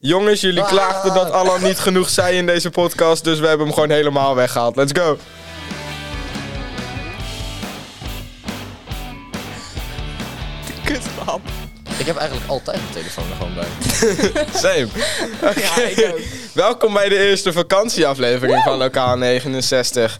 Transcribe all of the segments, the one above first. Jongens, jullie klaagden dat Alan niet genoeg zei in deze podcast, dus we hebben hem gewoon helemaal weggehaald. Let's go. Kutlap. Ik heb eigenlijk altijd mijn telefoon er gewoon bij. Same. Ja, ik ook. Welkom bij de eerste vakantieaflevering van Lokaal 69.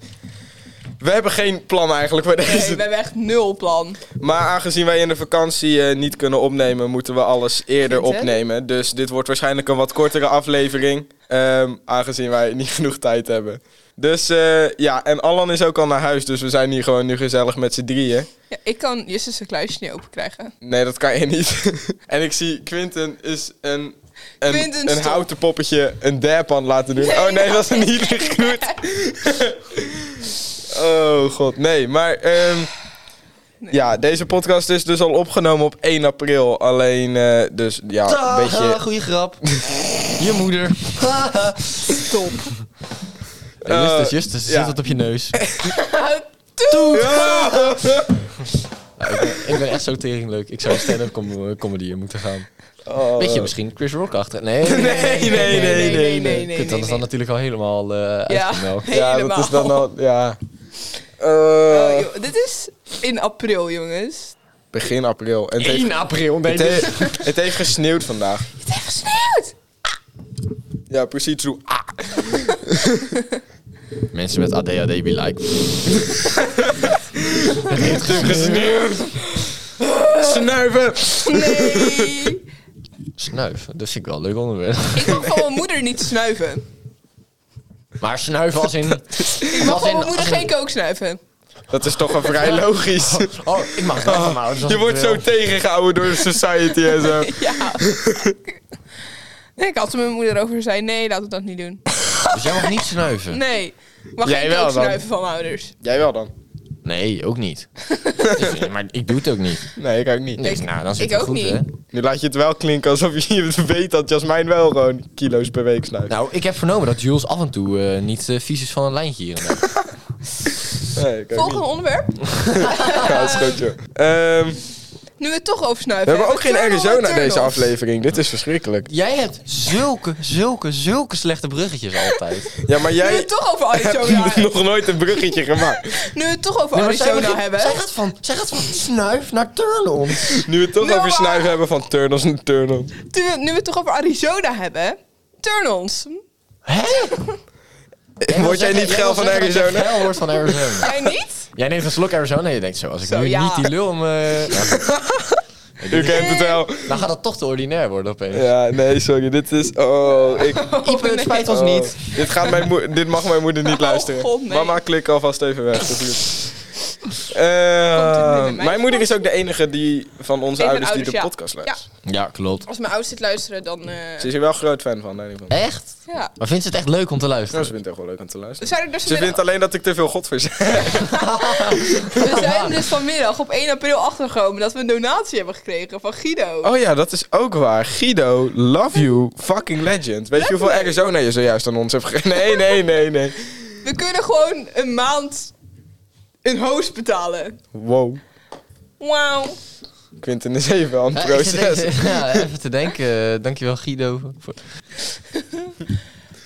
We hebben geen plan eigenlijk voor Nee, deze. we hebben echt nul plan. Maar aangezien wij in de vakantie eh, niet kunnen opnemen, moeten we alles eerder Vindt, hè? opnemen. Dus dit wordt waarschijnlijk een wat kortere aflevering. ehm, aangezien wij niet genoeg tijd hebben. Dus eh, ja, en Allan is ook al naar huis, dus we zijn hier gewoon nu gezellig met z'n drieën. Ja, ik kan Justus zijn kluisje niet open krijgen. Nee, dat kan je niet. en ik zie Quinten is een, een, Quinten, een stop. houten poppetje een derpan laten doen. Nee, oh nee, dat is niet goed. oh god, nee. Maar ehm, Nee. ja, deze podcast is dus al opgenomen op 1 april. Alleen, eh, dus ja, een beetje... goeie grap. je moeder. Stop. Hey, Justus, Eh, Justus, ja. zet dat op je neus. Houd toe. Ja! Nou, ik, ben, ik ben echt zo tering leuk. Ik zou een stand-up com- eh, comedy in moeten gaan. Oh. Weet je, misschien Chris Rock achter. Nee, Nee, nee, nee, nee, nee. Kut, dat is dan natuurlijk al helemaal eh Ja. uitgemeld. Ja, dat helemaal. is dan al... Ja. Eh, Oh, joh, dit is in april, jongens. begin april. dus- En het heeft, 1 april, nee. het, heeft, het heeft gesneeuwd vandaag. Het heeft gesneeuwd. Ja, precies. Zo. Eh. Ah. Mensen met ADHD be like. Het heeft Gesneeuwd. Snuiven. Nee. Snuif, dat vind ik wel een leuk onderwerp. ik mag van mijn moeder niet snuiven. Maar snuiven als in... Ik mag Als van in- mijn moeder als in- geen kook snuiven. Dat is toch wel vrij logisch. Oh, ik mag het wel van mijn ouders als Je ik wordt wil. zo tegengehouden door de society en zo. Ja. Nee, ik had er met mijn moeder over zei, nee, laten we dat niet doen. Dus jij mag niet snuiven? Nee, ik mag Jij geen wel kook dan. snuiven van mijn ouders. Jij wel dan? Nee, ook niet. Dus, eh, maar ik doe het ook niet. Nee, ik ook niet. Nee, Ik- nou, dan zit ik het ook goed, niet. hè? Nu laat je het wel klinken alsof je weet dat Jasmijn wel gewoon kilo's per week snuift. Nou, ik heb vernomen dat Jules af en toe eh, niet eh, vies is van een lijntje hier en daar. Nee, ik ook Volgende niet. onderwerp. Ja, is goed, joh. Ehm, Nu we het toch over snuiven we hebben ook geen turn-on Arizona en deze turn-offs. aflevering. Dit is verschrikkelijk. Jij hebt zulke, zulke, zulke slechte bruggetjes altijd. Ja, maar Nu we jij het toch over hebt Arizona, nog nooit een bruggetje gemaakt. nu we het toch over Arizona hebben. gaat van, zij gaat van snuif naar turn-on. Nu we het toch Nou, over maar- snuiven hebben van turnels en turnels. Nu we, nu we het toch over Arizona hebben. Turn-ons. Hé? Word jij niet geil van Arizona? Geil wordt van Arizona. Jij niet? Jij neemt een slok Arizona en je denkt zo, als ik Zo, nu ja. niet die lul om... eh, U kent het wel. dan gaat dat toch te ordinair worden opeens. Ja, nee, sorry. Dit is... Oh, ik, Iep, het spijt ons Oh, niet. Dit, gaat mijn moe- dit mag mijn moeder niet Oh, luisteren. God, nee. Mama, klik alvast even weg. Dat is goed. Eh, binnen, mijn meisje? moeder is ook de enige die van onze Een van de ouders die de ouders, ja. podcast Ja, luistert. Ja, klopt. als mijn ouders dit luisteren, dan... eh, Ze is hier wel groot fan van. Nee, van. Echt? ja. Maar vindt ze het echt leuk om te Nou, ze luisteren? vindt het echt wel leuk om te We luisteren. zijn er dus Ze vindt vanmiddag, alleen dat ik te veel God voor zeg. we zijn er dus vanmiddag op 1 april achtergekomen dat we een donatie hebben gekregen van Guido. Oh ja, dat is ook waar. Guido, love you, fucking legend. Weet je hoeveel Arizona je zojuist aan ons hebt gegeven? Nee, nee, nee, nee. We kunnen gewoon een maand een host betalen. Wow. Wauw. Quinten is even aan het Ja, ik zit proces. even- ja, even te denken. eh, Dankjewel Guido. Voor...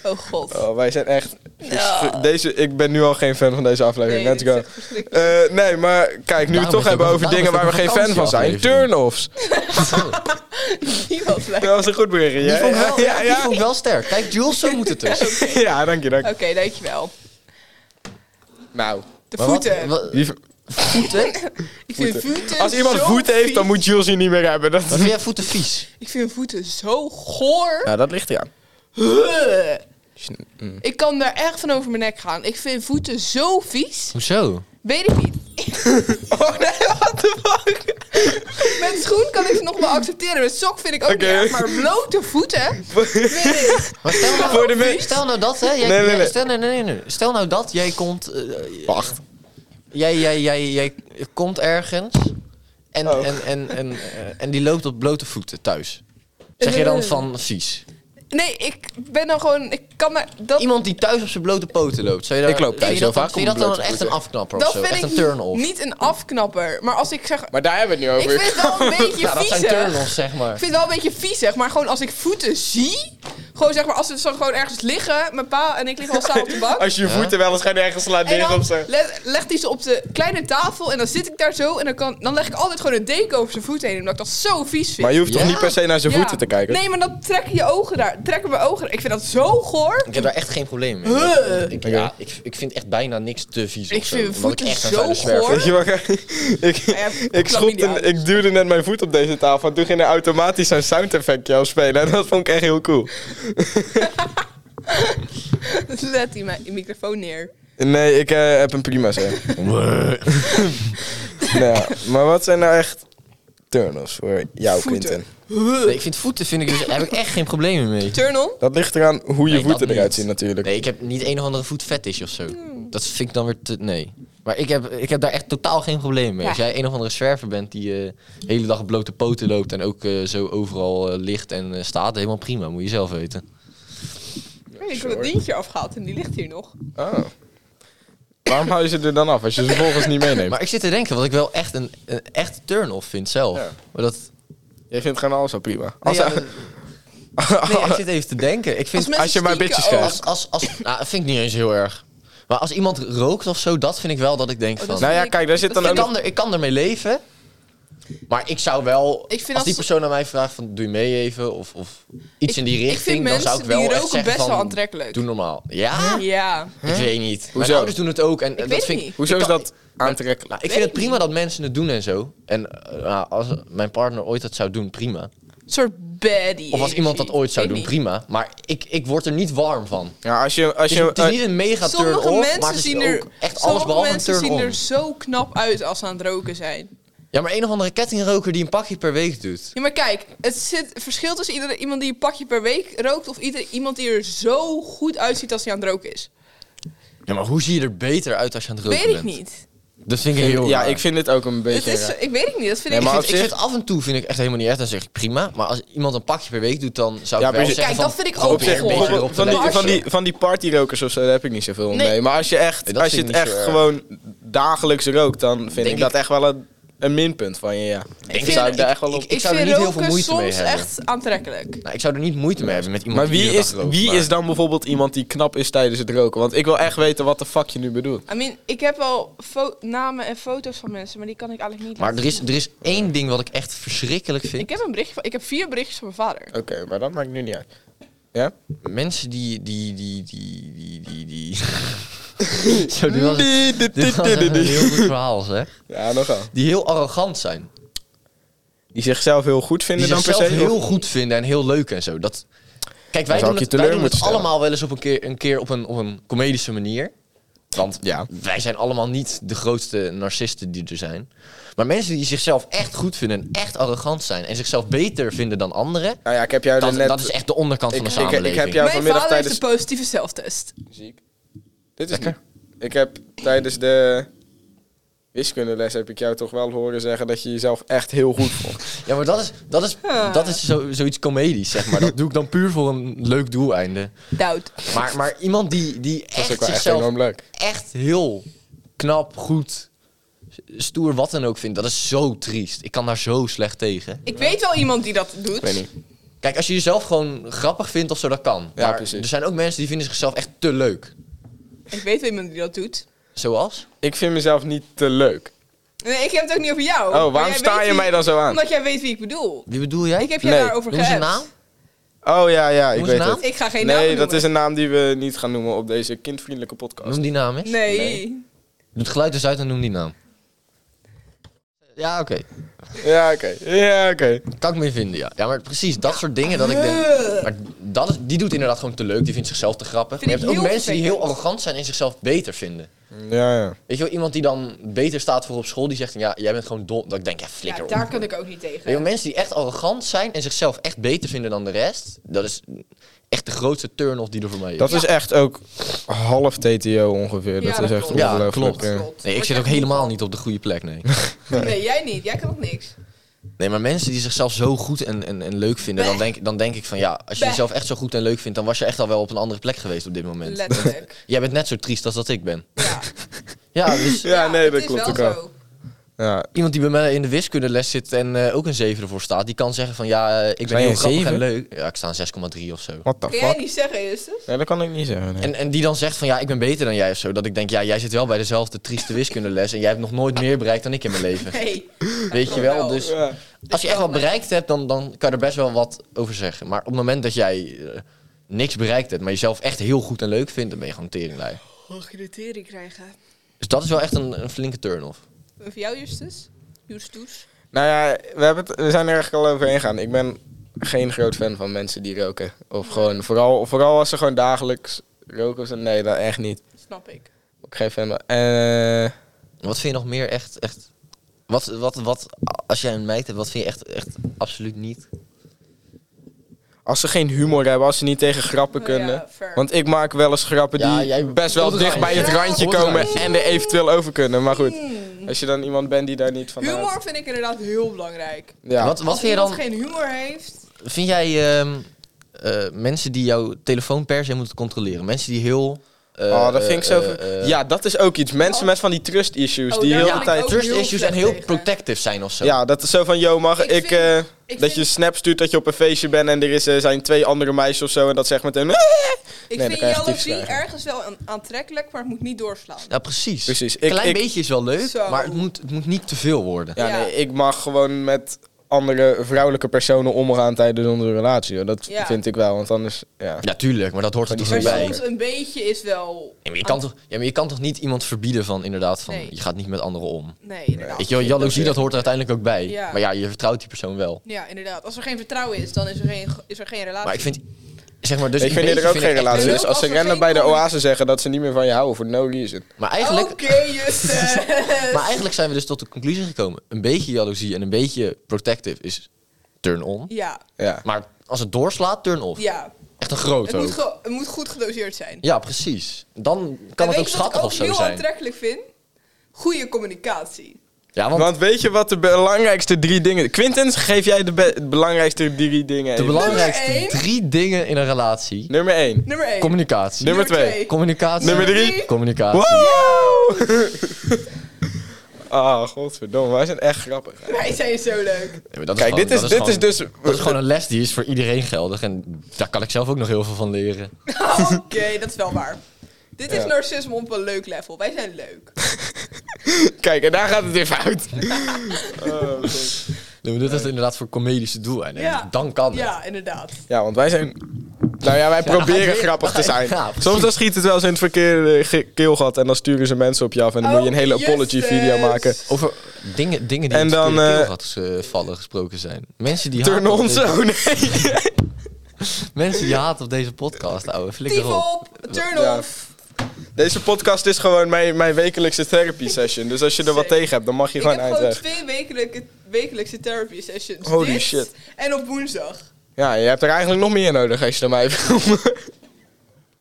Oh god. Oh, wij zijn echt... Ja. Deze, ik ben nu al geen fan van deze aflevering. Nee, dit Let's is go. echt verschrikkelijk. Eh, nee, maar kijk, nu we Daarom het toch is het hebben ook- over daarom dingen is waar we het geen ook fan een van zijn. vakantieaflevering. Turn-offs. Die was lekker. Dat was een goed berichtje. Die Ja, vond ik wel, ja, die ja, vond ik wel sterk. Kijk, Jules, zo moet het dus. ja. Ja, dank je, dank Oké, je. dankjewel. Nou. De Maar wat- voeten. wat- wie- voeten? ik vind voeten. voeten Als iemand zo voet heeft, dan vies. moet Jules je niet meer hebben. Dat... Wat vind jij voeten vies? Ik vind voeten zo goor. Nou, dat ligt eraan. Huh. Mm. Ik kan daar echt van over mijn nek gaan. Ik vind voeten zo vies. Hoezo? Weet ik niet. Oh nee, what the fuck? Met schoen kan ik ze nog wel accepteren. Met sok vind ik ook Oké. niet erg. Maar blote voeten vind ik... Maar stel nou, Voor de mensen. stel nou dat, hè? Jij, Nee, nee, nee. Stel, nee, nee, nee. stel nou dat jij komt... eh, Wacht. jij, jij, jij, jij komt ergens en, Oh. en, en, en, eh, en die loopt op blote voeten thuis. Zeg je dan van vies? Nee, ik ben dan gewoon... Ik kan daar... Dat, Iemand die thuis op zijn blote poten loopt. Zou je daar, Ik loop thuis vind je dat heel dan- vaak Vind je op dat dan blote echt een voeten. afknapper of dat zo? vind Echt ik een turn-off? niet een afknapper. Maar als ik zeg... Maar daar hebben we het Ik niet over. vind het wel een beetje Ja, dat zijn viezig. turn-offs, zeg Ik maar. vind het wel een beetje viezig. Maar gewoon als ik voeten zie... Gewoon zeg maar, als we zo gewoon ergens liggen, mijn pa en ik liggen al samen op de bank. Als je je voeten wel eens gaat ergens slaan En neer dan of zo. le- legt hij ze op de kleine tafel en dan zit ik daar zo en dan, kan, dan leg ik altijd gewoon een deken over zijn voeten heen omdat ik dat zo vies vind. Maar je hoeft toch Ja. niet per se naar zijn Ja. voeten te kijken? Nee, maar dan trekken je ogen daar. Trekken mijn ogen. Ik vind dat zo goor. Ik heb daar echt geen probleem mee. Huh. Ik, ja, ik, ik vind echt bijna niks te vies Ik of zo, vind omdat voeten echt een zo vuile zwerver goor. ben. Weet je wat? ik, ja, ik, schopte, chlamydia. ik duwde net mijn voet op deze tafel. En toen ging er automatisch zo'n sound effectje op spelen. En dat vond ik echt heel cool. Zet die mijn microfoon neer. Nee, ik eh, heb een prima zeg. nou, ja, maar wat zijn nou echt turn-offs voor jou, Voeten. Quinten? Nee, ik vind voeten vind ik dus, daar heb ik echt geen problemen mee. Turn on. Dat ligt eraan hoe je Nee, voeten dat eruit niet. zien natuurlijk. Nee, ik heb niet een of andere voet fetish of zo. Dat vind ik dan weer te... Nee. Maar ik heb, ik heb daar echt totaal geen probleem mee. Ja. Als jij een of andere zwerver bent die eh, de hele dag op blote poten loopt... en ook eh, zo overal eh, ligt en eh, staat, helemaal prima. Moet je zelf weten. Hey, ik heb het dingetje afgehaald en die ligt hier nog. Oh. Waarom hou je ze er dan af als je ze vervolgens niet meeneemt? Maar ik zit te denken, wat ik wel echt een, een echt turn-off vind zelf. Ja. Maar dat... Jij vindt gewoon alles wel prima. Nee, Als, ja, dat- nee, ik zit even te denken. Ik vind... mensen als je maar stinken bitches krijgt. ook. Als, als, als, nou, dat vind ik niet eens heel erg. Maar als iemand rookt of zo, dat vind ik wel dat ik denk Oh, van... dat nou ja, vind ik- kijk, daar zit dat dan ook ik, nog... kan er, ik kan ermee leven. Maar ik zou wel, Ik vind als, als- die persoon aan mij vraagt van doe je mee even of, of iets in die richting, ik vind dan mensen zou ik wel die echt roken zeggen best wel van, aantrekkelijk. Doe normaal. Ja? Ah, Ja. Ik weet niet. Mijn Hoezo? ouders doen het ook en eh, weet dat vind niet. ik. Hoezo ik is kan- dat aantrekkelijk? Nou, ik Weet vind het ik prima dat mensen het doen en zo. En eh, nou, als mijn partner ooit dat zou doen, prima. Een soort baddie. Of als iemand dat ooit zou Ik doen, niet. prima. Maar ik, ik word er niet warm van. Ja, als je... Als Dus Het je eh, is, het is niet een mega Sommige turn-off, maar mensen het is zien ook er, echt alles sommige behalve een mensen zien turn-on. er zo knap uit als ze aan het roken zijn. Ja, maar een of andere kettingroker die een pakje per week doet. Ja, maar kijk, het zit, verschil tussen iedere, iemand die een pakje per week rookt... of ieder, iemand die er zo goed uitziet als hij aan het roken is. Ja, maar hoe zie je er beter uit als je aan het roken weet ik bent? niet. Dat vind ik eh, heel ja, raar. ik vind dit ook een Het beetje... is, raar. ik weet het niet, dat vind Nee, ik... maar ik, op vind, zich- ik vind het af en toe vind ik echt helemaal niet erg. Dan zeg ik prima. Maar als iemand een pakje per week doet, dan zou Ja, ik wel precies. zeggen Kijk, van, dat vind ik ook Op probeer zich, een beetje goor. erop bijvoorbeeld, te van die, letten. van, die, van die partyrokers of zo, daar heb ik niet zoveel mee. Nee. Maar als je, echt, Nee, dat als je vind het ik niet echt zo erg. gewoon dagelijks rookt, dan vind ik ik- dat echt wel een, een minpunt van je, ja. Ik zou vind- ik daar echt wel op... ik- zou er vind niet heel veel roken moeite mee soms hebben. echt aantrekkelijk. Nou, ik zou er niet moeite mee hebben met iemand maar die wie, iedere is, dag rookt, wie maar- is dan bijvoorbeeld iemand die knap is tijdens het roken? Want ik wil echt weten wat de fuck je nu bedoelt. I mean, ik heb wel fo- namen en foto's van mensen, maar die kan ik eigenlijk niet Maar laten er is, er is één ding wat ik echt verschrikkelijk zien. vind. Ik heb, een berichtje van, ik heb vier berichtjes van mijn vader. Oké, maar dat maakt nu niet uit. Ja? Mensen die... die, die, die, die, die, die. Zo, dit was, dit was echt een heel goed verhaal, zeg. Ja, nogal. Die heel arrogant zijn. Die zichzelf heel goed Die vinden dan per zichzelf se? of- heel goed vinden en heel leuk en zo. Dat, kijk, wij zou doen ik je het, wij teleur doen het moeten stellen. allemaal wel eens op een keer, een keer op, een, op een comedische manier. Want Ja. wij zijn allemaal niet de grootste narcisten die er zijn. Maar mensen die zichzelf echt goed vinden en echt arrogant zijn... en zichzelf beter vinden dan anderen... Nou ja, ik heb jou dat, er net... dat is echt de onderkant Ik- van de ik- ik heb samenleving. jou- Ja, mijn vanmiddag vader tijdens- heeft een positieve zelftest. Ziek. Dit is Lekker. niet- Ik heb tijdens de wiskundeles heb ik jou toch wel horen zeggen dat je jezelf echt heel goed vond. Ja, maar dat is, dat is, dat is zo, zoiets comedisch, zeg maar. Dat doe ik dan puur voor een leuk doeleinde. Doubt. Maar, maar iemand die, die Dat is ook echt wel echt zichzelf enorm leuk. echt heel knap, goed, stoer, wat dan ook vindt. Dat is zo triest. Ik kan daar zo slecht tegen. Ik weet wel iemand die dat doet. Ik weet niet. Kijk, als je jezelf gewoon grappig vindt of zo, dat kan. Ja, maar precies. er zijn ook mensen die vinden zichzelf echt te leuk. Ik weet wel iemand die dat doet. Zoals? Ik vind mezelf niet te leuk. Nee, ik heb het ook niet over jou. maar Oh, waarom jij sta weet je wie- mij dan zo aan? Omdat jij weet wie ik bedoel. Wie bedoel jij? Ik heb je Nee. daarover Noem eens een geappt. naam. Oh ja, ja, ik Noem zijn weet naam? het. Ik ga geen naam Nee, dat is een naam die we niet gaan noemen op deze kindvriendelijke podcast. Noem die naam eens. Nee. Doe het geluid eens uit en noem die naam. Ja, oké. Ja, oké. Ja, oké. Kan ik mee vinden, ja. Ja, maar precies dat soort dingen dat ik denk... Maar dat is, die doet inderdaad gewoon te leuk. Die vindt zichzelf te grappig. Ah. Vind Maar je ik hebt ook heel mensen die heel vervelend. arrogant zijn en zichzelf beter vinden. Ja, ja. Weet je wel, iemand die dan beter staat voor op school, die zegt, ja, jij bent gewoon dom. Dat ik denk, ja, Ja, flikker op. daar kan ik ook niet Weet je wel, tegen. mensen die echt arrogant zijn en zichzelf echt beter vinden dan de rest, dat is echt de grootste turn-off die er voor mij is. Dat is echt ook half TTO ongeveer. Ja, dat, is dat echt klopt. Ja, ongelooflijk. klopt. eh. Klopt. Nee, ik Word zit ook jij- helemaal niet op de goede plek, nee. Nee, jij niet. Jij kan nog niks. Nee, maar mensen die zichzelf zo goed en, en, en leuk vinden, dan denk, dan denk ik van, ja, als je Bah. jezelf echt zo goed en leuk vindt, dan was je echt al wel op een andere plek geweest op dit moment. Letterlijk. Jij bent net zo triest als dat ik ben. Ja. Ja, dus... Ja, nee, het dat is klopt wel ook wel. zo. Ja, Iemand die bij mij in de wiskundeles zit en eh, ook een 7 ervoor staat, die kan zeggen van ja, eh, ik ben je heel een grappig en zeven? leuk. Ja, ik sta een 6,3 of zo. what the Kun jij fuck? niet zeggen, Justus? Nee, dat kan ik niet zeggen. nee. En, en die dan zegt van ja, ik ben beter dan jij of zo. Dat ik denk, ja, jij zit wel bij dezelfde trieste wiskundeles en jij hebt nog nooit meer bereikt dan ik in mijn leven. Nee. Weet je wel, dus Ja. als je echt wat bereikt hebt, dan, dan kan je er best wel wat over zeggen. Maar op het moment dat jij eh, niks bereikt hebt, maar jezelf echt heel goed en leuk vindt, dan ben je gewoon teringlij. Hoog je de tering krijgen. Dus dat is wel echt een, een flinke turn-off. En voor jou, Justus? Justus? Nou ja, we, hebben het, we zijn er eigenlijk al overheen gegaan. Ik ben geen groot fan van mensen die roken. Of gewoon, vooral, vooral als ze gewoon dagelijks roken. of zo. Nee, dat echt niet. Snap ik. Ik geen fan van. Eh, Wat vind je nog meer echt... echt wat, wat, wat, als jij een meid hebt, wat vind je echt, echt absoluut niet? als ze geen humor hebben, als ze niet tegen grappen Oh ja, kunnen. fair. Want ik maak wel eens grappen Ja, die jij- best wel tot het dicht bij het randje. randje Tot het komen randje. en er eventueel over kunnen. Maar goed, Hmm. als je dan iemand bent die daar niet van houdt. Humor vind ik inderdaad heel belangrijk. Ja. Wat, wat Als vind je Oh, iemand dan... geen humor heeft... Vind jij ehm, eh, mensen die jouw telefoon per se moeten controleren? Mensen die heel... eh, oh, dat vind ik zo... eh, ver- eh, ja, dat is ook iets. Mensen Oh. met van die trust issues Oh, die daar heel kan de ik tijd... ook Trust heel issues slecht en heel tegen. protective zijn of zo. Ja, dat is zo van, yo, mag ik... Ik vind- eh, Ik dat vind, je snap stuurt dat je op een feestje bent en er is, eh, zijn twee andere meisjes of zo en dat zegt meteen... "Ah!" ik Nee, dan vind kan je echt jaloezie diefstaan. ergens wel aan- aantrekkelijk, maar het moet niet doorslaan. Ja, precies. Een Precies. Ik, klein ik, beetje is wel leuk, Zo. maar het moet, het moet niet te veel worden. ja, Ja. Nee, ik mag gewoon met andere vrouwelijke personen omgaan tijdens onze relatie. hoor. Dat Ja. vind ik wel, want anders... Ja. Ja, tuurlijk, maar dat hoort er Maar toch die niet Maar zijn bij. wel- soms een beetje is wel... Ja, maar je kan toch, ja, maar je kan toch niet iemand verbieden van inderdaad van Nee. je gaat niet met anderen om. Nee, inderdaad. Ik joh, jaloezie dat hoort er uiteindelijk ook bij. Ja. Maar ja, je vertrouwt die persoon wel. Ja, inderdaad. Als er geen vertrouwen is, dan is er geen, is er geen relatie. Maar ik vind zeg maar dus ik een vind hier beetje ook geen ik echt relatie. leuk Dus als ze als er rennen geen bij de comment- oase zeggen dat ze niet meer van je houden, voor no reason. leuk. Maar eigenlijk, Oké, Justus! maar eigenlijk zijn we dus tot de conclusie gekomen. Een beetje jaloezie en een beetje protective is turn on. Ja, Ja. Maar als het doorslaat, turn off. ja. Echt een groot Het moet, ook. ge- het moet goed gedoseerd zijn. Ja, precies. Dan kan En het ook weet je wat schattig of ik zo ook heel zijn. aantrekkelijk vind? Goede communicatie. Ja, want, Want weet je wat de belangrijkste drie dingen... Quintens, geef jij de be- belangrijkste drie dingen de even. belangrijkste één. drie dingen in een relatie: Nummer één. Nummer 1. communicatie. Nummer Nummer twee. twee. Communicatie. Nummer drie. Communicatie. Wow! Ah, godverdomme. Wij zijn echt grappig. Wij zijn zo leuk. Ja, maar dat Kijk, gewoon- dit, is, dat dit gewoon- is dus... Dat is gewoon een les die is voor iedereen geldig. En daar kan ik zelf ook nog heel veel van leren. Oké, dat is wel waar. Dit is Ja. narcisme op een leuk level. Wij zijn leuk. Kijk, en daar gaat het weer fout. Oh, God. Nee, maar dit is inderdaad voor comedische doeleinden. Ja. Dan kan het. Ja, inderdaad. ja, want wij zijn... Nou ja, wij dan ga je proberen weer- grappig dan te ga je- zijn. ja, precies. Soms dan schiet het wel eens in het verkeerde ge- keelgat... en dan sturen ze mensen op je af... en dan moet je een hele Oh, apology-video Justus. maken. Over dingen, dingen die En in het dan, verkeerde eh, keelgat, eh, vallen gesproken zijn. Mensen die, Turn haten op on deze, zo, nee. mensen die haten op deze podcast, ouwe. Flikker Tief op. op, turn Ja. off. Deze podcast is gewoon mijn, mijn wekelijkse therapy session. Dus als je er wat Zeker. tegen hebt, dan mag je Ik gewoon heb uit gewoon weg. twee wekelijke, wekelijkse therapy sessions. Holy Dit shit. En op woensdag. Ja, je hebt er eigenlijk nog meer nodig als je naar mij vraagt.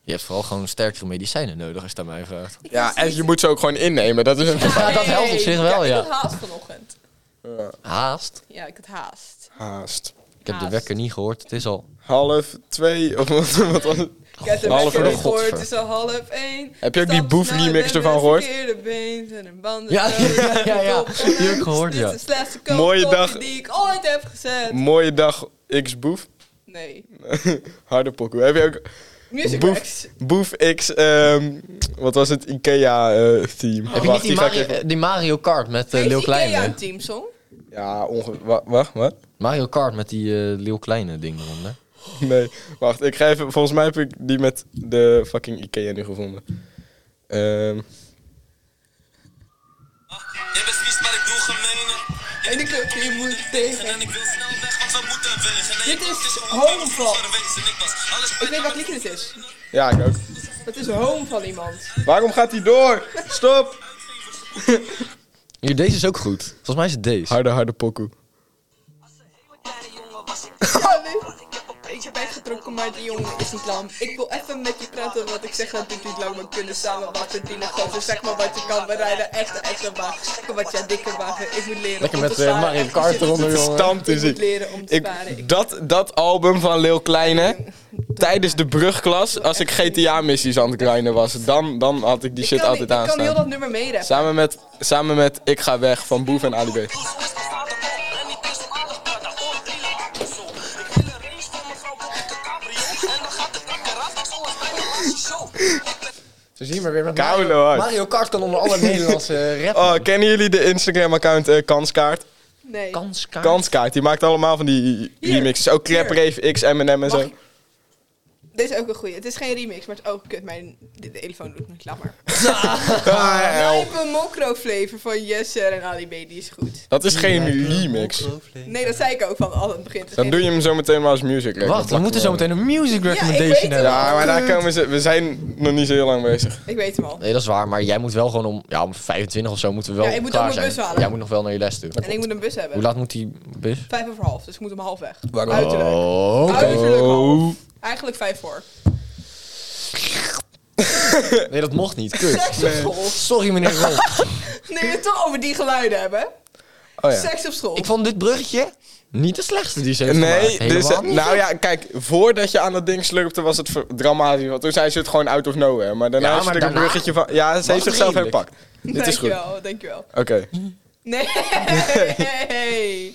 Je hebt vooral gewoon sterkere medicijnen nodig, als je het aan mij vraagt. Ja, en je moet ze ook gewoon innemen. Dat is een... Ja, dat helpt op zich wel, Ik ja. had haast vanochtend. Ja, Haast. Ja, ik had haast. haast. Ik heb de Haast. wekker niet gehoord. Het is al... Oh, Half twee of wat, wat was het? Ik heb de Half wekker uur. niet gehoord, Godver. het is al half één. Heb je ook die Stap boef snel, remix ik ervan ben gehoord? verkeerde been en een banden Ja, zo. ja, ja, ja. Top, Die heb ik gehoord, dit ja. is de slechtste kant Mooie koffie dag. die ik ooit heb gezet. Mooie dag, X-Boef. Nee. Harde pokoe. Heb je ook Music Boef. Rex. Boef X, ehm, wat was het, eh, Ikea-theme? heb je niet die Mario, die Mario Kart met eh, Is Leeuw Ikea Kleine? een teamsong? Ja, onge... wa- Wacht, wat? Mario Kart met die eh Leeuw Kleine ding eronder. Nee, wacht. Ik ga even... Volgens mij heb ik die met de fucking Ikea nu gevonden. Ehm, Je bent vies, maar ik doe gemene. En ik heb je moet tegen. En ik wil snel weg, want we moeten wegen. En Dit je is dacht, gewoon Home een Vlog. vroeger wees en ik was alles Ik weet bijna wat liedje dit is. ja, ik ook. Dat is Home van iemand. Waarom gaat hij door? Stop! Hier, deze is ook goed. Volgens mij is het deze. Harde, harde pokoe. Ja, nee. Ik heb weggetrokken, maar die jongen is niet lam. Ik wil even met je praten, want ik zeg dat dit niet lang. We kunnen samen wat verdienen. Gozer, zeg maar wat je kan. We rijden echt een echte wagen. Kom wat jij dikke wagen. Ik moet leren Lekker om te met, eh, sparen. Mario Ik Kart zit eronder, te- jongen. Ik moet Stammuziek. leren om te Ik, sparen. Ik dat, dat album van Lil Kleine, dat tijdens de brugklas, als ik GTA-missies aan het grinden was, dan, dan had ik die shit kan, altijd ik kan heel aanstaan. dat nummer meereppen. Samen met, samen met Ik Ga Weg van Boef en Ali B. Zo zien we weer met Koude Oh. Mario, hart. Mario Kart kan onder alle Nederlandse eh, rap. Oh, kennen jullie de Instagram-account eh, Kanskaart? Nee. Kanskaart. Kanskaart, die maakt allemaal van die Hier. remixes. Ook Crap Hier. Rave, X, M&M en Mag zo. ik- Dit is ook een goeie. Het is geen remix, maar het is ook kut. Mijn de, de telefoon doet niet. Laat maar. Ah, help. Lijpe mokro flavor van Jesser en Ali B. Die is goed. Dat is geen remix. Nee, dat zei ik ook van al aan het begin. Het is Dan geen- doe je hem zo meteen maar als music. record. Wacht, we Plak moeten zo hem wel. meteen een music Ja, ik recommendation weet hebben. Ja, maar daar komen ze. We zijn nog niet zo heel lang bezig. Ik weet hem al. Nee, dat is waar, maar jij moet wel gewoon om, ja, om 25 of zo moeten we wel Ja, ik moet klaar ook mijn zijn. bus halen. Jij moet nog wel naar je les toe. En ik moet een bus Hoe hebben. laat moet die bus? Vijf over half, dus ik moet om half weg. Waarom? Uiterlijk. Oh, Uiterlijk half. Oh. Eigenlijk vijf voor. nee, dat mocht niet. Kut. Seks op school. Sorry meneer Rol. Nee, we het toch over die geluiden hebben. Oh ja. Seks op school. Ik vond dit bruggetje niet de slechtste die ze heeft Nee, gemaakt. dus, Helemaal niet. nou ja, kijk, voordat je aan dat ding slurpte was het ver- dramatisch. Want toen zei ze het gewoon out of nowhere. Maar daarna Ja, is maar er een daarna bruggetje van. Ja, ze heeft was zichzelf redelijk. herpakt. Dit is goed. Dankjewel, dankjewel. Oké, Nee. Nee.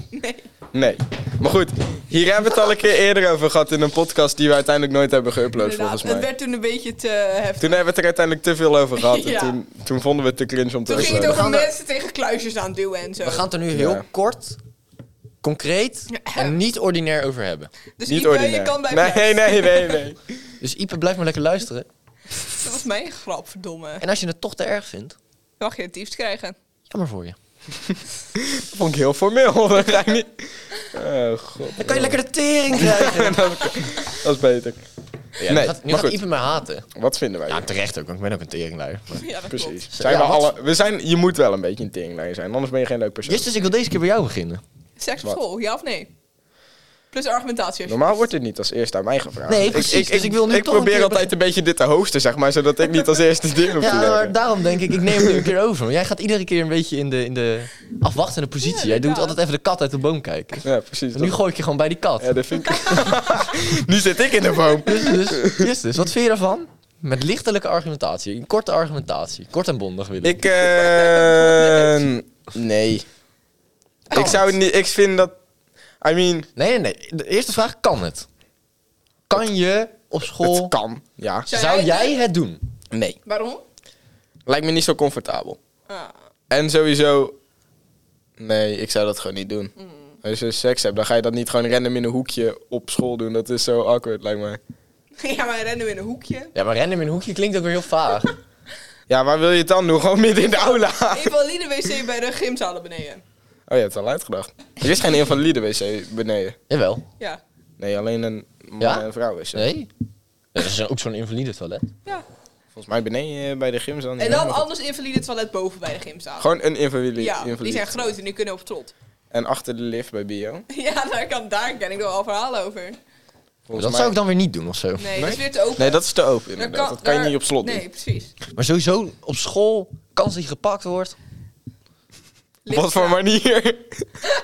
nee. Maar goed, hier hebben we het al een keer eerder over gehad in een podcast die we uiteindelijk nooit hebben geüpload Inderdaad, volgens het mij. werd toen een beetje te heftig. Toen hebben we het er uiteindelijk te veel over gehad. Ja. En toen, toen vonden we het te cringe om te Toen ging het uploaden. over gaan er- mensen tegen kluisjes aan duwen en zo. We gaan het er nu heel Ja. kort, concreet en niet ordinair over hebben. dus Niet Ipe, je ordinair. kan blijven Nee, luisteren. nee, nee, nee. Dus Ipe, blijf maar lekker luisteren. Dat was mijn grap, verdomme. En als je het toch te erg vindt, Dan mag je het diefst krijgen. jammer voor je. Vond ik heel formeel. Dat ga ik niet. Oh god. Dan kan je lekker de tering krijgen. Dat is beter. nu nee, gaat, nu maar gaat goed. Ipe mij haten. Wat vinden wij? Ja, terecht ook, want ik ben ook een teringluier. Maar- Ja, dat Precies. klopt. Zijn Ja, we, wat- alle, we zijn, je moet wel een beetje een teringleier zijn, anders ben je geen leuk persoon. Justus, ik wil deze keer bij jou beginnen. Seks op Wat? school, ja of nee? Plus argumentatie. alsjeblieft. Normaal wordt dit niet als eerste aan mij gevraagd. Nee, precies. Dus ik wil nu ik toch probeer een keer altijd een beetje dit te hosten, zeg maar, zodat ik niet als eerste dit hoef te Ja, maar zeggen. daarom denk ik, ik neem hem nu een keer over. Want jij gaat iedere keer een beetje in de, in de afwachtende positie. jij doet inderdaad. altijd even de kat uit de boom kijken. Ja, precies. En nu dat- gooi ik je gewoon bij die kat. ja, dat vind ik... nu zit ik in de boom. Dus, dus, Justus, wat vind je daarvan? Met lichtelijke argumentatie, een korte argumentatie. Kort en bondig wil ik. Ik, eh nee. Ik zou het niet, ik vind dat, I mean, Nee, nee, nee. De eerste vraag, kan het? Kan je op het school... kan, ja. Zou jij het doen? Nee. Waarom? Lijkt me niet zo comfortabel. Ah, En sowieso. Nee, ik zou dat gewoon niet doen. Als je seks hebt, dan ga je dat niet gewoon random in een hoekje op school doen. Dat is zo awkward, lijkt mij. Ja, maar rennen we in een hoekje. Ja, maar random in een hoekje klinkt ook weer heel vaag. Ja, waar wil je het dan doen? Gewoon midden in de aula. Invalide wc bij de gymzalen beneden. Oh, je hebt het al uitgedacht. Er is geen invalide wc beneden. Jawel. Ja. Nee, alleen een man Ja? en een vrouw is er. Nee? Ja, dat is ook zo'n invalide toilet. ja. Volgens mij beneden eh, bij de gym. En dan anders invalide toilet boven bij de gymzaal. Gewoon een invalide. ja, die invalide. zijn groot en die kunnen op trot. En achter de lift bij bio. Ja, daar, kan, daar ken ik wel al verhalen over. Volgens mij- dat zou ik dan weer niet doen of zo. Nee, dat is weer te open. Nee, dat is te open Daar inderdaad. dat kan je daar- niet op slot Nee, precies. Maar sowieso, op school, kans dat je gepakt wordt. doen. Op wat voor Ligt eraan.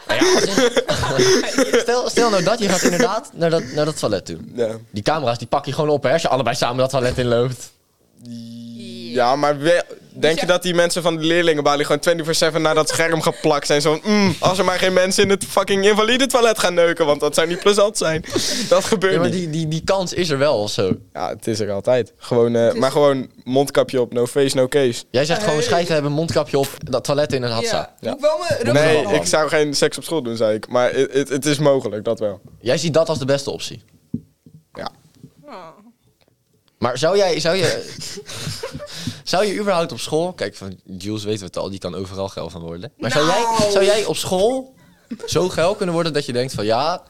manier? Stel, stel nou dat je gaat inderdaad naar dat, naar dat toilet toe. Ja. Die camera's die pak je gewoon op hè, als je allebei samen dat toilet inloopt. Ja, maar we- denk je Dus ja- dat die mensen van de leerlingenbalie gewoon 24-7 naar dat scherm geplakt zijn? Zo van, "Mm, als er maar geen mensen in het fucking invalide toilet gaan neuken, want dat zou niet plezant zijn. Dat gebeurt Ja, maar niet. die, die, die kans is er wel of zo. Ja, het is er altijd. Gewoon, eh, Maar gewoon mondkapje op, no face, no case. Jij zegt gewoon, Hey. scheiden hebben, mondkapje op, dat toilet in een hatsa. Ja. Moet ik wel mijn rug Nee, omhoog? ik zou geen seks op school doen, zei ik. Maar het- het het is mogelijk, dat wel. Jij ziet dat als de beste optie. Ja. Ah. Maar zou jij, zou je, zou je überhaupt op school, kijk van Jules weten we het al, die kan overal geil van worden. Maar zou, jij, Nou. zou jij op school zo geil kunnen worden dat je denkt van ja,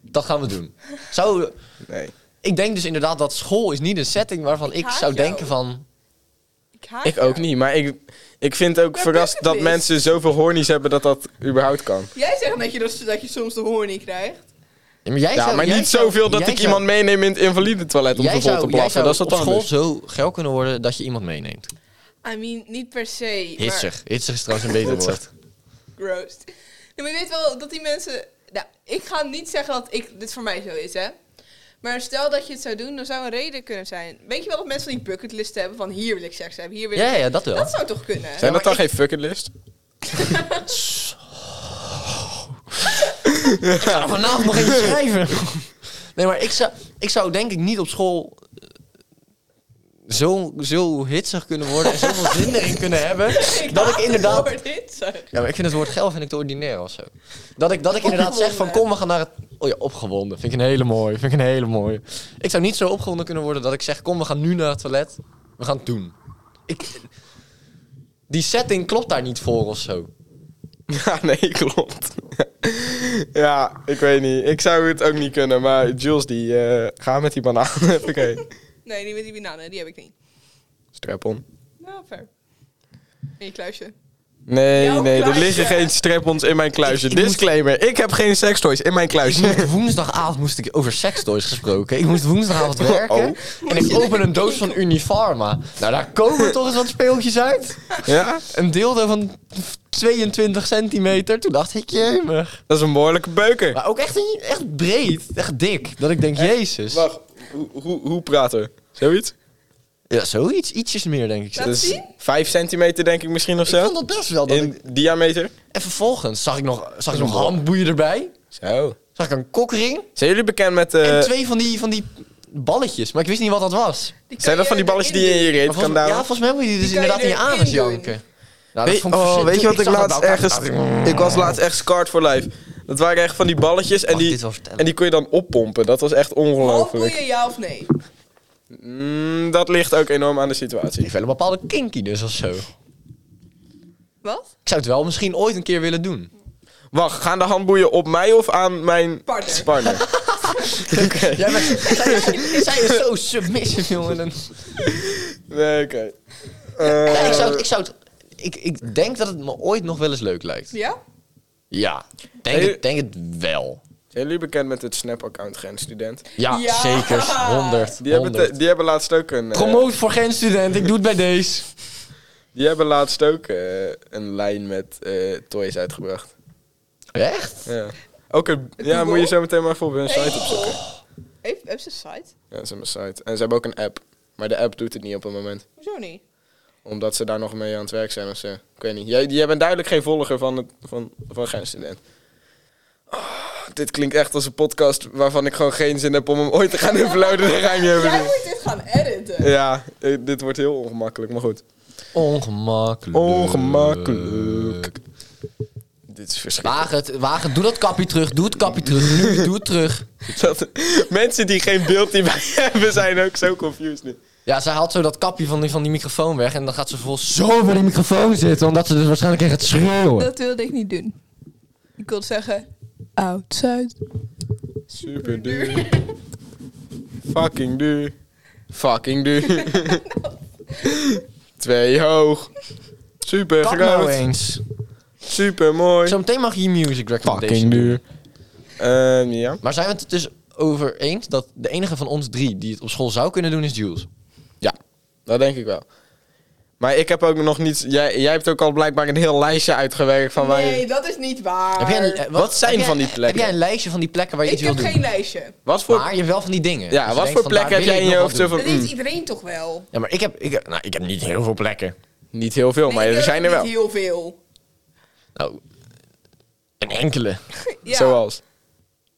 dat gaan we doen. Zou, Nee. ik denk dus inderdaad dat school is niet een setting waarvan ik haat zou jou. denken van... Ik, haat Ik jou. ook niet, maar ik, ik vind ook Daar ben verrast ik dat mis. mensen zoveel hornies hebben dat dat überhaupt kan. Jij zegt dat je, dat, dat je soms de horny krijgt. Ja, maar, jij Ja, zou- maar jij niet zou- zoveel dat jij ik zou- iemand meeneem in het invalide toilet om Jij ze vol te zou, jij blaffen. zou Dat is dat op school anders. zo geil kunnen worden dat je iemand meeneemt. I mean, niet per se. maar- Hitsig. Hitsig is trouwens een beter woord. Gross. Nee, maar je weet wel dat die mensen... Nou, ik ga niet zeggen dat ik, dit voor mij zo is, hè. Maar stel dat je het zou doen, dan zou een reden kunnen zijn. Weet je wel dat mensen die bucketlisten hebben van hier wil ik seks hebben, hier wil ik Ja, ja, dat wel. Dat zou toch kunnen? Zijn dat maar dan geen fuckerlist? ga vanavond nog even schrijven. Nee, maar ik zou, ik zou denk ik niet op school eh, zo, zo hitsig kunnen worden en zoveel zin erin kunnen hebben. dat ik haat inderdaad. het woord dit, zeg. Ja, maar ik vind het woord geil vind ik te ordinair of zo. Dat ik, dat ik inderdaad zeg van kom, we gaan naar het. Oh ja, opgewonden. Vind ik een hele mooie. Vind ik een hele mooie. Ik zou niet zo opgewonden kunnen worden dat ik zeg kom, we gaan nu naar het toilet. We gaan het doen. Ik, die setting klopt daar niet voor of zo. Ja, nee, klopt. ja, ik weet niet. Ik zou het ook niet kunnen, maar Jules die eh, ga met die banaan. Oké. Nee, die met die bananen, die heb ik niet. Strap on. Nou, ver. In je kluisje. Nee, Jouw nee, er kluisje. liggen geen strap-ons in mijn kluisje. Ik- ik moet- Disclaimer, ik heb geen sekstoys in mijn Ik kluisje. moest woensdagavond moest ik over sekstoys gesproken. Ik moest woensdagavond werken. En ik open een doos van Unifarma. Nou, daar komen toch eens wat speeltjes uit. ja? Een dildo van 22 centimeter. Toen dacht ik, jemig. Dat is een behoorlijke beuker. Maar ook echt, een- echt breed. Echt dik. Dat ik denk, jezus. Wacht, hoe, hoe, hoe praten? Zoiets? Ja, zoiets. Ietsjes meer, denk ik. Dat Dat is zien? 5 centimeter denk ik misschien of Ik zo. vond dat best wel. Dat In ik... diameter. En vervolgens zag ik nog, zag ik nog handboeien erbij. Zo. Zag ik een kokring. Zijn jullie bekend met... eh, en twee van die, van die balletjes. Maar ik wist niet wat dat was. Die zijn dat van die balletjes die je in je reet Maar kan volgens, ja, douwen? volgens mij moet je die dus Die kan je inderdaad in je erin anus doen. janken. Nou, Weet, oh, weet je wat ik, laatst ergens... Ik was laatst echt scarred for life. Dat waren echt van die balletjes en, Mag ik die, dit wel vertellen? en die kon je dan oppompen. Dat was echt ongelooflijk. je ja of nee? Mm, dat ligt ook enorm aan de situatie. Ik wil een bepaalde kinky dus of zo. Ik Wat? zou het wel misschien ooit een keer willen doen. Wacht, gaan de handboeien op mij of aan mijn Partner. Oké. Jij bent, zij, is- zij is zo submissive, jongen. En- Nee, oké. Ja, ik Eh, zou, het- ik, zou het, ik, ik denk dat het me ooit nog wel eens leuk lijkt. Ja? Ja, denk, Hey. het, denk het wel. Zijn jullie bekend met het Snap-account Student? Die, Ja, Ja. zeker. 100. hebben, te- 100. die hebben laatst ook een... eh, Promoot voor geen student, ik doe het bij deze. die hebben laatst ook eh, een lijn met eh, toys uitgebracht. Echt? Ja. Ook een, ja, Google? moet je zo meteen maar even op hun Hey, site opzoeken. Heeft heeft ze een site? Ja, ze hebben een site. En ze hebben ook een app. Maar de app doet het niet op het moment. Hoezo niet? Omdat ze daar nog mee aan het werk zijn of zo. Ik weet niet. Jij, jij bent duidelijk geen volger van, het, van, van geen student. Oh, dit klinkt echt als een podcast waarvan ik gewoon geen zin heb om hem ooit te gaan uploaden. Dat ga ik niet even Jij doen. moet dit gaan editen. Ja, eh, dit wordt heel ongemakkelijk, maar goed. Ongemakkelijk. Ongemakkelijk. Dit is verschrikkelijk. Waag het, waag het. Doe dat kapje terug, doe het kapje terug. Nu, doe het terug. Dat- mensen die geen beeld hierbij hebben zijn ook zo confused nu. Ja, zij haalt zo dat kapje van die, van die microfoon weg en dan gaat ze vervolgens zo bij die microfoon zitten, omdat ze dus waarschijnlijk echt gaat schreeuwen. Dat wilde ik niet doen. Ik wilde zeggen... Oud-Zuid. Super duur. Fucking duur. Fucking duur. Twee hoog. Super Kap nou groot. eens. Super mooi. Zometeen mag je je music recommendation Fucking doen. duur. Ehm ja. Maar zijn we het dus over eens dat de enige van ons drie die het op school zou kunnen doen is Jules? Ja, dat denk ik wel. Maar ik heb ook nog niet. Jij, jij hebt ook al blijkbaar een heel lijstje uitgewerkt van waar je. Nee, dat is niet waar. Heb jij een- eh, Wat zijn heb jij- van die plekken? Heb jij een lijstje van die plekken waar je ik iets wil heb doen? geen lijstje. Wat voor. Maar je hebt wel van die dingen. ja, Dus je wat denkt voor van, plek daar heb wil jij ik in je nog hoofd? wat zo doen. Van, Dat heeft mm, iedereen toch wel? Ja, maar ik heb, ik, nou, ik heb niet heel veel plekken. hmm, niet heel veel, maar Nee, er ik zijn er heb wel. Niet heel veel. Nou, een enkele. Ja. Zoals.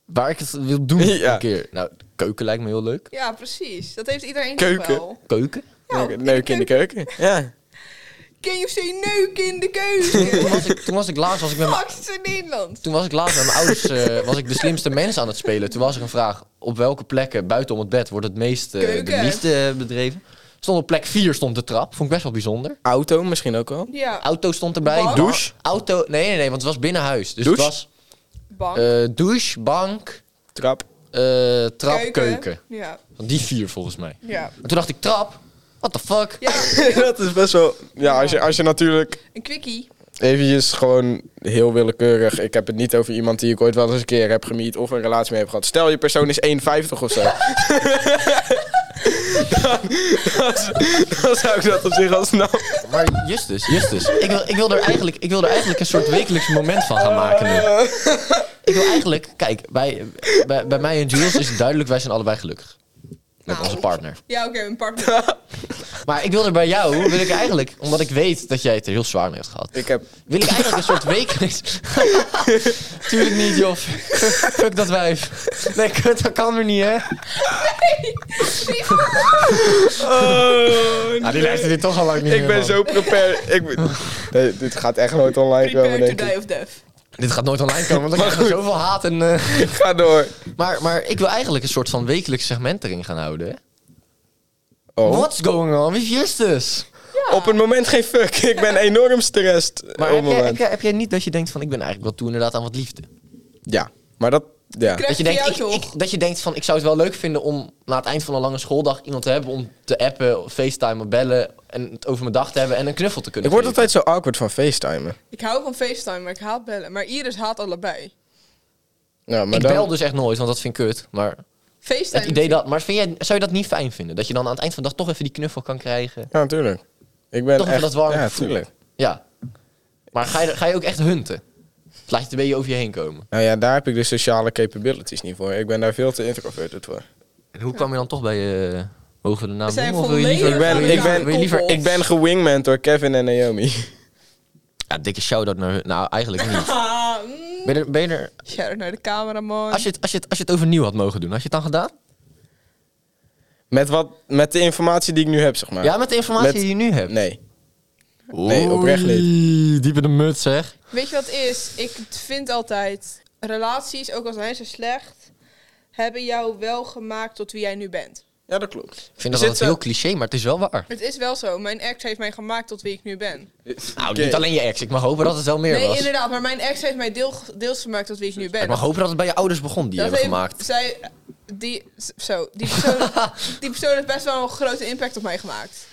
Waar ik het wil doen Ja. een keer. Nou, keuken lijkt me heel leuk. Ja, precies. Dat heeft iedereen Keuken. toch wel. Keuken? Ja, Leuk- Leuk in de keuken. Ja. KFC neuk in de keuken. Toen was ik, toen was ik laatst, was ik met mijn, Max in Nederland. toen was ik laatst met mijn ouders, eh, was ik de slimste mens aan het spelen. Toen was er een vraag, op welke plekken buiten om het bed wordt het meest eh, de Keuken. liefde bedreven? Stond op plek 4 stond de trap, vond ik best wel bijzonder. Auto misschien ook wel. Ja, Auto stond erbij. Bank. Douche? Auto, nee, nee, nee, want het was binnen huis. Dus Douche? het was bank, eh, douche, bank, Trap. eh, trap, keuken. Ja, Van die vier volgens mij. ja. Maar toen dacht ik, trap? What the fuck? Ja, dat is best wel. Ja, als je, als je natuurlijk een quickie. eventjes gewoon heel willekeurig. Ik heb het niet over iemand die ik ooit wel eens een keer heb gemiet of een relatie mee heb gehad. Stel je persoon is 1,50 of zo. dan, dan, dan zou ik dat op zich al snappen. Maar Justus, Justus. Ik wil, ik, wil er eigenlijk, ik wil er eigenlijk een soort wekelijks moment van gaan maken nu. Ik wil eigenlijk, kijk, bij, bij, bij mij en Jules is het duidelijk, wij zijn allebei gelukkig. Met Nou. onze partner. Ja, oké, een partner. Maar ik wil er bij jou, wil ik eigenlijk, omdat ik weet dat jij het er heel zwaar mee hebt gehad. Ik heb... Wil ik eigenlijk een soort wekelijks... Tuurlijk niet, joh. Fuck dat wijf. Nee, kut, dat kan er niet, hè? Oh, Ah, die lijst dit toch al lang niet Ik ben zo prepared. Ik ben- Nee, dit gaat echt nooit online komen, Prepare denk to ik. die of death. Dit gaat nooit online komen, want dan krijgen we zoveel haat en... eh, Ga door. Maar, maar ik wil eigenlijk een soort van wekelijks segment erin gaan houden, hè? Oh. What's going on with Justus? Op het moment geen fuck. Ik ben enorm stressed. Maar op het heb jij, heb, moment. jij, heb jij niet dat je denkt van, ik ben eigenlijk wel toe inderdaad aan wat liefde? Ja, maar dat... Ja. Krijg Dat je, voor denkt, ik, jou toch? ik- dat je denkt van, ik zou het wel leuk vinden om na het eind van een lange schooldag iemand te hebben om te appen, facetimen, bellen en het over mijn dag te hebben en een knuffel te Ik kunnen word geven. altijd zo awkward van facetimen. Ik hou van FaceTime, maar ik haat bellen. Maar Iris haat allebei. Ja, maar ik dan... bel dus echt nooit, want dat vind ik kut. Maar FaceTime. het idee dat. Maar vind jij, zou je dat niet fijn vinden? Dat je dan aan het eind van de dag toch even die knuffel kan krijgen? Ja, natuurlijk. Ik ben Toch even echt... dat warme ja, gevoel. tuurlijk. Ja. Maar ga je, ga je ook echt hunten? Of Laat je het een beetje over je heen komen. Nou ja, daar heb ik de sociale capabilities niet voor. Ik ben daar veel te introverted voor. En hoe kwam je dan toch bij je. Mogen we de naam We zijn noemen? Of wil je volledig liever- Ik ben, ik ben, wil je liever ik ben gewingmand door Kevin en Naomi. Ja, dikke shout-out naar hun. Nou, eigenlijk niet. Ah, mm. Ben je er, ben je er- Shout-out naar de cameraman. als, je het, als, je het, als je het overnieuw had mogen doen, had je het dan gedaan? Met, wat, met de informatie die ik nu heb, zeg maar. Ja, met de informatie Met- die je nu hebt. Nee. nee, oprecht niet. Oei, Diep in de mut, zeg. Weet je wat het is? Ik vind altijd, relaties, ook al zijn ze slecht, hebben jou wel gemaakt tot wie jij nu bent. Ja, dat klopt. Ik vind dat Zit altijd ze- heel cliché, maar het is wel waar. Het is wel zo. Mijn ex heeft mij gemaakt tot wie ik nu ben. Nou, Oké. niet alleen je ex. Ik mag hopen dat het wel meer nee, was. inderdaad. Maar mijn ex heeft mij deel, deels gemaakt tot wie ik nu ben. Ik mag hopen dat het bij je ouders begon, die je Dat hebben heeft- gemaakt. Zij, die, zo, die persoon, die persoon heeft best wel een grote impact op mij gemaakt.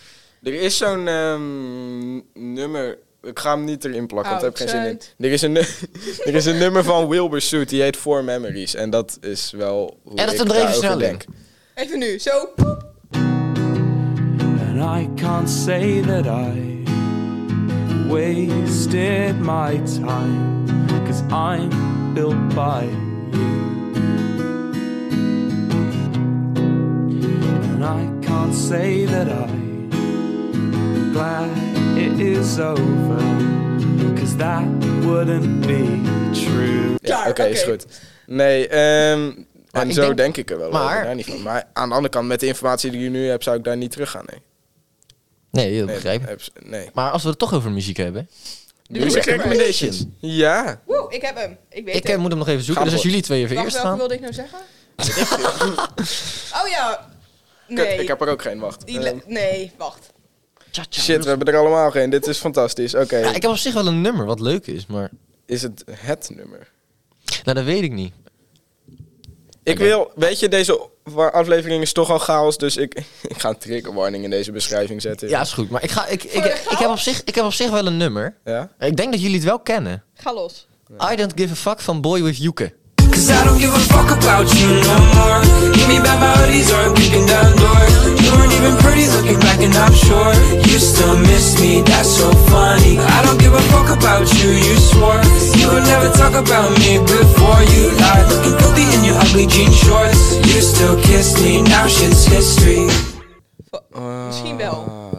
Er is zo'n ehm, nummer. Ik ga hem niet erin plakken, want daar heb ik geen zin Outside. in. Er is, een, nu- er is een nummer van Wilbur Suit, die heet Four Memories. En dat is wel hoe En dat ik hem er even daarover snel in. denk. Even nu, zo. poep. And I can't say that I wasted my time, cause I'm built by you. And I can't say that I'm glad it is over, cause that wouldn't be true. Ja, Klaar, oké, is oké. goed. Nee, ehm, Maar en ik zo denk- denk, ik er wel maar- over, daar niet van. Maar aan de andere kant, met de informatie die je nu hebt, zou ik daar niet terug gaan. Nee, Nee, dat nee, begrijp ik. heb- nee. Maar als we het toch over muziek hebben. Music recommendations. Ja. Woe, ik heb hem. Ik weet Ik eh, hem. moet hem nog even zoeken. Ga Dus als voor. jullie twee even Wacht, eerst welke gaan. wilde ik nou zeggen? oh ja. Kut, Nee. Ik heb er ook geen, wacht. die le- Ehm, nee, wacht. shit, we hebben er allemaal geen. Dit is fantastisch. Oké, Ja, ik heb op zich wel een nummer wat leuk is, maar. is het het nummer? Nou, dat weet ik niet. Ik Oké. wil, weet je, deze wa- aflevering is toch al chaos, dus ik, ik ga een trigger warning in deze beschrijving zetten. Ja, is goed. Maar ik, ga, ik, ik, Voor de ik, heb op zich, ik heb op zich wel een nummer. Ja? Ik denk dat jullie het wel kennen. Ga los. I don't give a fuck van Boy with Yuke. Cause I don't give a fuck about you no more. Give me back my hoodies or a beacon down door. You weren't even pretty looking back and I'm sure you still miss me. That's so funny. I don't give a fuck about you, you swore. You would never talk about me before you lied. Looking filthy in your ugly jean shorts. You still kiss me, now shit's history. Eh. Misschien wel. Ah,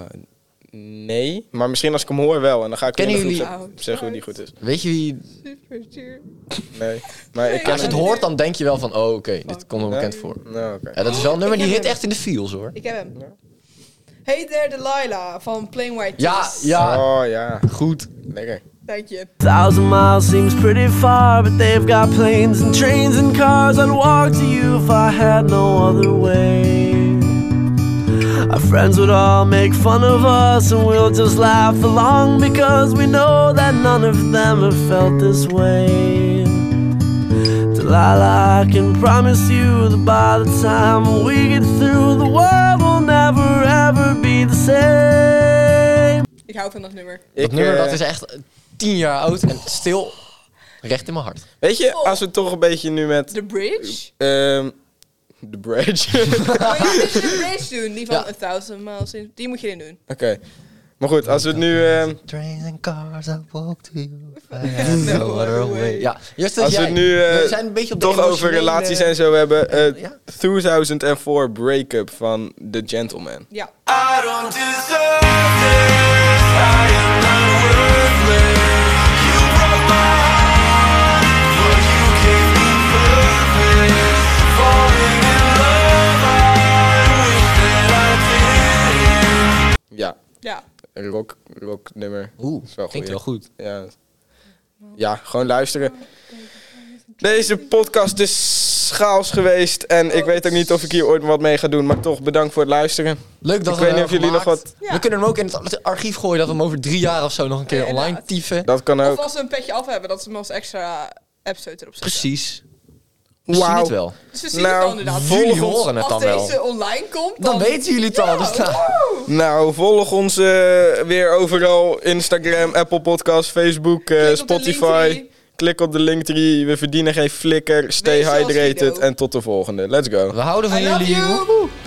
nee, maar misschien als ik hem hoor wel. En dan ga ik Kennen in de groep jullie- zeggen- zeggen hoe die goed is. Weet je wie... Super duur. Nee, maar ik ken Als je het hem. hoort, dan denk je wel van... Oh, oké, dit komt Nee? wel bekend voor. Nou, oké. Ja, dat is wel een nummer Ik die heb hit hem. echt in de feels, hoor. Ik heb hem. Hey there Delilah van Plain White Ja, Tees. ja. Oh ja, Goed. lekker. Dank je. Thousand miles seems pretty far, but they've got planes and trains and cars. I'd walk to you if I had no other way. Our friends would all make fun of us, and we'll just laugh along because we know that none of them have felt this way. Delilah, I can promise you that by the time we get through, the world will never ever be the same. Ik hou van dat nummer. Ik, dat nummer eh, dat is echt tien jaar oud en stil recht in mijn hart. Weet je, Oh. als we toch een beetje nu met... The Bridge? ehm the Bridge. Oké. Moet je dus The Bridge doen? Die van Ja. A Thousand Miles. In. Die moet je erin doen. Maar goed, als we het nu, ehm, Trains and cars, I walk to you. No other way. Ja, juist dat als we jij, het nu eh, we zijn een beetje op de toch over emotionele- relaties en zo hebben. eh, Ja. 2004 break-up van The Gentleman. Ja. I don't deserve this. I am not worthless. You broke my heart, but you gave me purpose. Falling in love, I wish that I didn't. Ja, Ja. een rock, rock nummer. Oeh, Is wel klinkt wel goed, goed. Ja. ja, gewoon luisteren. Deze podcast is chaos geweest. En ik weet ook niet of ik hier ooit wat mee ga doen. Maar toch, bedankt voor het luisteren. Leuk dat Ik we weet niet hem of jullie hebben nog gemaakt. wat- We Ja. kunnen hem ook in het archief gooien dat we hem over drie jaar of zo nog een keer Ja, online inderdaad. tieven. Dat kan Of ook. als we een petje af hebben, dat ze hem als extra episode erop zetten. Precies. We zien Wauw. het wel. Dus we zien Nou, het dan inderdaad. Volg Jullie ons. horen het dan Als wel. deze online komt, dan... Dan weten jullie het al. Dus Ja, daar- woe! Nou, volg ons eh, weer overal. Instagram, Apple Podcast, Facebook, eh, Klik op de Spotify. linktree. Klik op de linktree. We verdienen geen flikker. Stay Wees zoals hydrated. Guido. En tot de volgende. Let's go. We houden van I love jullie. you. Woehoe.